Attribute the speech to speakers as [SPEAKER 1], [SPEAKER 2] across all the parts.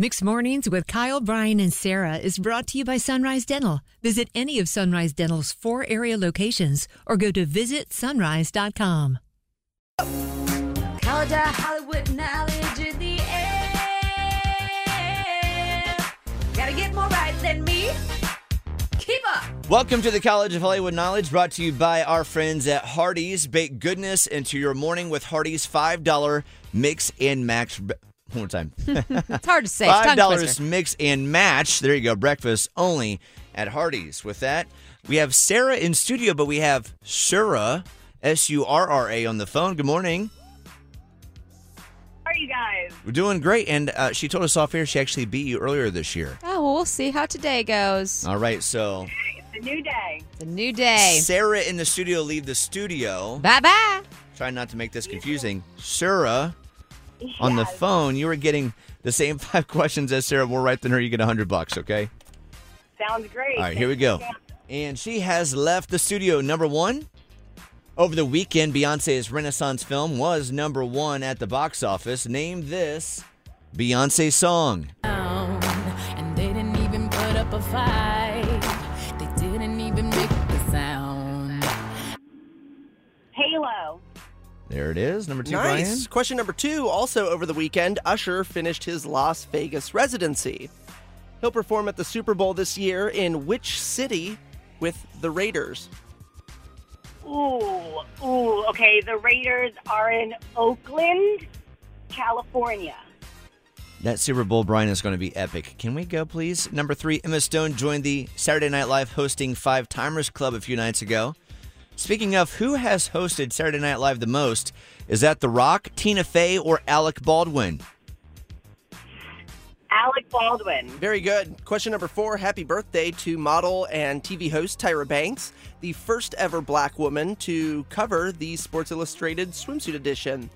[SPEAKER 1] Mixed Mornings with Kyle, Brian, and Sarah is brought to you by Sunrise Dental. Visit any of Sunrise Dental's four area locations or go to visitsunrise.com.
[SPEAKER 2] College Hollywood knowledge in the air. Gotta get more right than me. Keep up.
[SPEAKER 3] Welcome to the College of Hollywood Knowledge, brought to you by our friends at Hardee's. Bake goodness into your morning with Hardee's $5 mix and match. One more time.
[SPEAKER 2] It's hard to say. It's
[SPEAKER 3] Five
[SPEAKER 2] tongue
[SPEAKER 3] dollars
[SPEAKER 2] twister.
[SPEAKER 3] mix and match. There you go. Breakfast only at Hardee's. With that, we have Sarah in studio, but we have Sura S U R R A on the phone. Good morning.
[SPEAKER 4] How are you guys?
[SPEAKER 3] We're doing great, and uh, she told us off air she actually beat you earlier this year.
[SPEAKER 2] Oh, well, we'll see how today goes.
[SPEAKER 3] All right, so
[SPEAKER 4] It's a new day.
[SPEAKER 2] It's a new day.
[SPEAKER 3] Sarah in the studio. Leave the studio.
[SPEAKER 2] Bye bye.
[SPEAKER 3] Try not to make this confusing. Sarah on the phone. You were getting the same five questions as Sarah. More right than her. You get a hundred bucks. Okay.
[SPEAKER 4] Sounds great.
[SPEAKER 3] All right, here we go. And she has left the studio. Number one, over the weekend, Beyonce's Renaissance film was number one at the box office. Name this Beyonce song.
[SPEAKER 5] And they didn't even put up a fight. They didn't even make the sound.
[SPEAKER 4] Halo.
[SPEAKER 3] There it is. Number two,
[SPEAKER 6] nice.
[SPEAKER 3] Brian.
[SPEAKER 6] Question number two. Also, over the weekend, Usher finished his Las Vegas residency. He'll perform at the Super Bowl this year in which city with the Raiders?
[SPEAKER 4] Ooh, ooh. Okay, the Raiders are in Oakland, California.
[SPEAKER 3] That Super Bowl, Brian, is going to be epic. Can we go, please? Number three, Emma Stone joined the Saturday Night Live hosting Five Timers Club a few nights ago. Speaking of who has hosted Saturday Night Live the most, is that The Rock, Tina Fey, or Alec Baldwin?
[SPEAKER 4] Alec Baldwin.
[SPEAKER 6] Very good. Question number four. Happy birthday to model and TV host Tyra Banks, the first ever black woman to cover the Sports Illustrated swimsuit edition.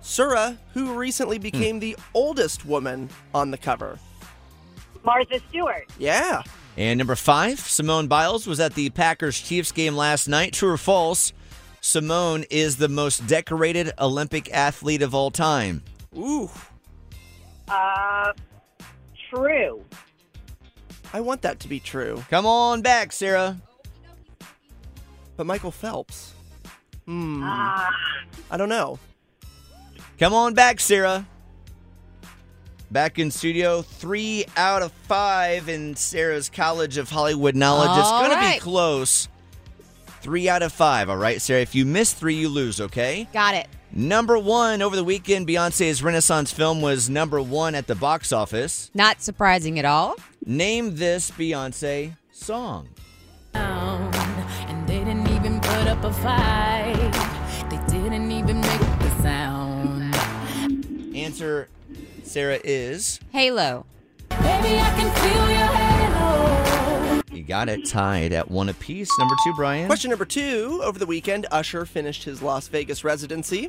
[SPEAKER 6] Sura, who recently became the oldest woman on the cover.
[SPEAKER 4] Martha Stewart.
[SPEAKER 6] Yeah.
[SPEAKER 3] And number five, Simone Biles was at the Packers Chiefs game last night. True or false? Simone is the most decorated Olympic athlete of all time.
[SPEAKER 6] Ooh.
[SPEAKER 4] Uh, true.
[SPEAKER 6] I want that to be true.
[SPEAKER 3] Come on back, Sarah.
[SPEAKER 6] But Michael Phelps. Hmm.
[SPEAKER 4] Ah.
[SPEAKER 6] I don't know.
[SPEAKER 3] Come on back, Sarah. Back in studio, three out of five in Sarah's College of Hollywood Knowledge. it's
[SPEAKER 2] All
[SPEAKER 3] going to be
[SPEAKER 2] right.
[SPEAKER 3] close. Three out of five, all right, Sarah? If you miss three, you lose, okay?
[SPEAKER 2] Got it.
[SPEAKER 3] Number one over the weekend, Beyonce's Renaissance film was number one at the box office.
[SPEAKER 2] Not surprising at all.
[SPEAKER 3] Name this Beyonce song.
[SPEAKER 5] And they didn't even put up a fight. They didn't even make the sound.
[SPEAKER 3] Answer, Sarah, is
[SPEAKER 2] Halo.
[SPEAKER 5] Baby, I can feel your halo.
[SPEAKER 3] you got it tied at one apiece. Number two, Brian.
[SPEAKER 6] Question number two. Over the weekend, Usher finished his Las Vegas residency.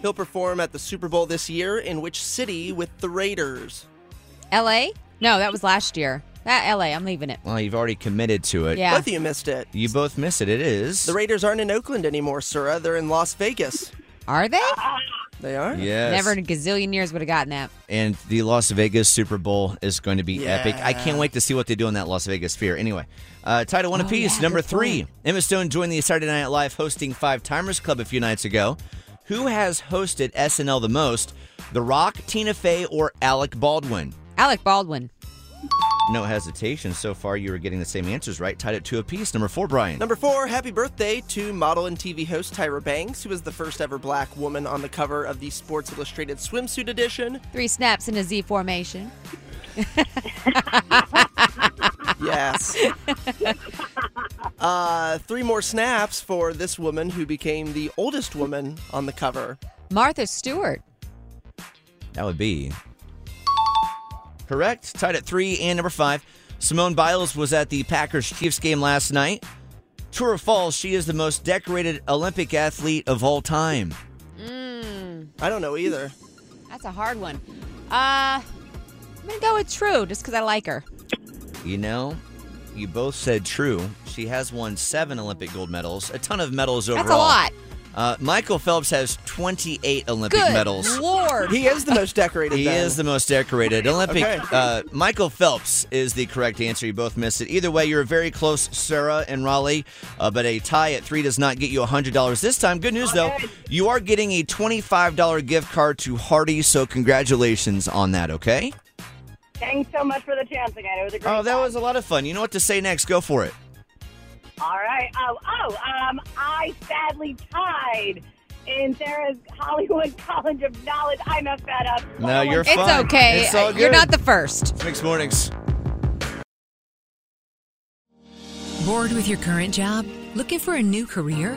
[SPEAKER 6] He'll perform at the Super Bowl this year in which city with the Raiders?
[SPEAKER 2] LA? No, that was last year. That LA. I'm leaving it.
[SPEAKER 3] Well, you've already committed to it.
[SPEAKER 2] Yeah.
[SPEAKER 6] Both of you missed it.
[SPEAKER 3] You both miss it. It is.
[SPEAKER 6] The Raiders aren't in Oakland anymore, Sura. They're in Las Vegas.
[SPEAKER 2] Are they?
[SPEAKER 4] Ah.
[SPEAKER 6] They are?
[SPEAKER 3] Yes.
[SPEAKER 2] Never in a gazillion years would have gotten that.
[SPEAKER 3] And the Las Vegas Super Bowl is going to be
[SPEAKER 6] Yeah.
[SPEAKER 3] epic. I can't wait to see what they do in that Las Vegas sphere. Anyway, uh, title one apiece.
[SPEAKER 2] Oh, yeah,
[SPEAKER 3] Number
[SPEAKER 2] good
[SPEAKER 3] three, Emma Stone joined the Saturday Night Live hosting Five Timers Club a few nights ago. Who has hosted SNL the most? The Rock, Tina Fey, or Alec Baldwin?
[SPEAKER 2] Alec Baldwin.
[SPEAKER 3] No hesitation. So far, you were getting the same answers right. Tied at two apiece. Number four, Brian.
[SPEAKER 6] Number four, happy birthday to model and TV host Tyra Banks, who was the first ever black woman on the cover of the Sports Illustrated swimsuit edition.
[SPEAKER 2] Three snaps in a Z formation.
[SPEAKER 6] Yes. uh, three more snaps for this woman who became the oldest woman on the cover.
[SPEAKER 2] Martha Stewart.
[SPEAKER 3] That would be correct. Tied at three and number five. Simone Biles was at the Packers Chiefs game last night. True or false, she is the most decorated Olympic athlete of all time.
[SPEAKER 6] I don't know either.
[SPEAKER 2] That's a hard one. Uh, I'm going to go with True just because I like her.
[SPEAKER 3] You know, you both said true. She has won seven Olympic gold medals, a ton of medals overall.
[SPEAKER 2] That's a lot.
[SPEAKER 3] Uh, Michael Phelps has 28 Olympic
[SPEAKER 2] Good
[SPEAKER 3] medals.
[SPEAKER 2] Lord.
[SPEAKER 6] He is the most decorated.
[SPEAKER 3] He
[SPEAKER 6] then.
[SPEAKER 3] is the most decorated Olympic.
[SPEAKER 6] Okay.
[SPEAKER 3] Uh, Michael Phelps is the correct answer. You both missed it. Either way, you're very close, Sarah and Raleigh. Uh, but a tie at three does not get you $100 this time. Good news, though, you are getting a $25 gift card to Hardy. So congratulations on that. Okay.
[SPEAKER 4] Thanks so much for the chance again. It was a great.
[SPEAKER 3] Oh, that
[SPEAKER 4] time.
[SPEAKER 3] was a lot of fun. You know what to say next? Go for it.
[SPEAKER 4] All right. Oh, oh. Um, I sadly tied in Sarah's Hollywood College of Knowledge. I messed that up.
[SPEAKER 3] No, you're
[SPEAKER 2] it's
[SPEAKER 3] fine.
[SPEAKER 2] okay.
[SPEAKER 3] It's all
[SPEAKER 2] You're
[SPEAKER 3] good.
[SPEAKER 2] not the first.
[SPEAKER 3] Next mornings.
[SPEAKER 1] Bored with your current job? Looking for a new career?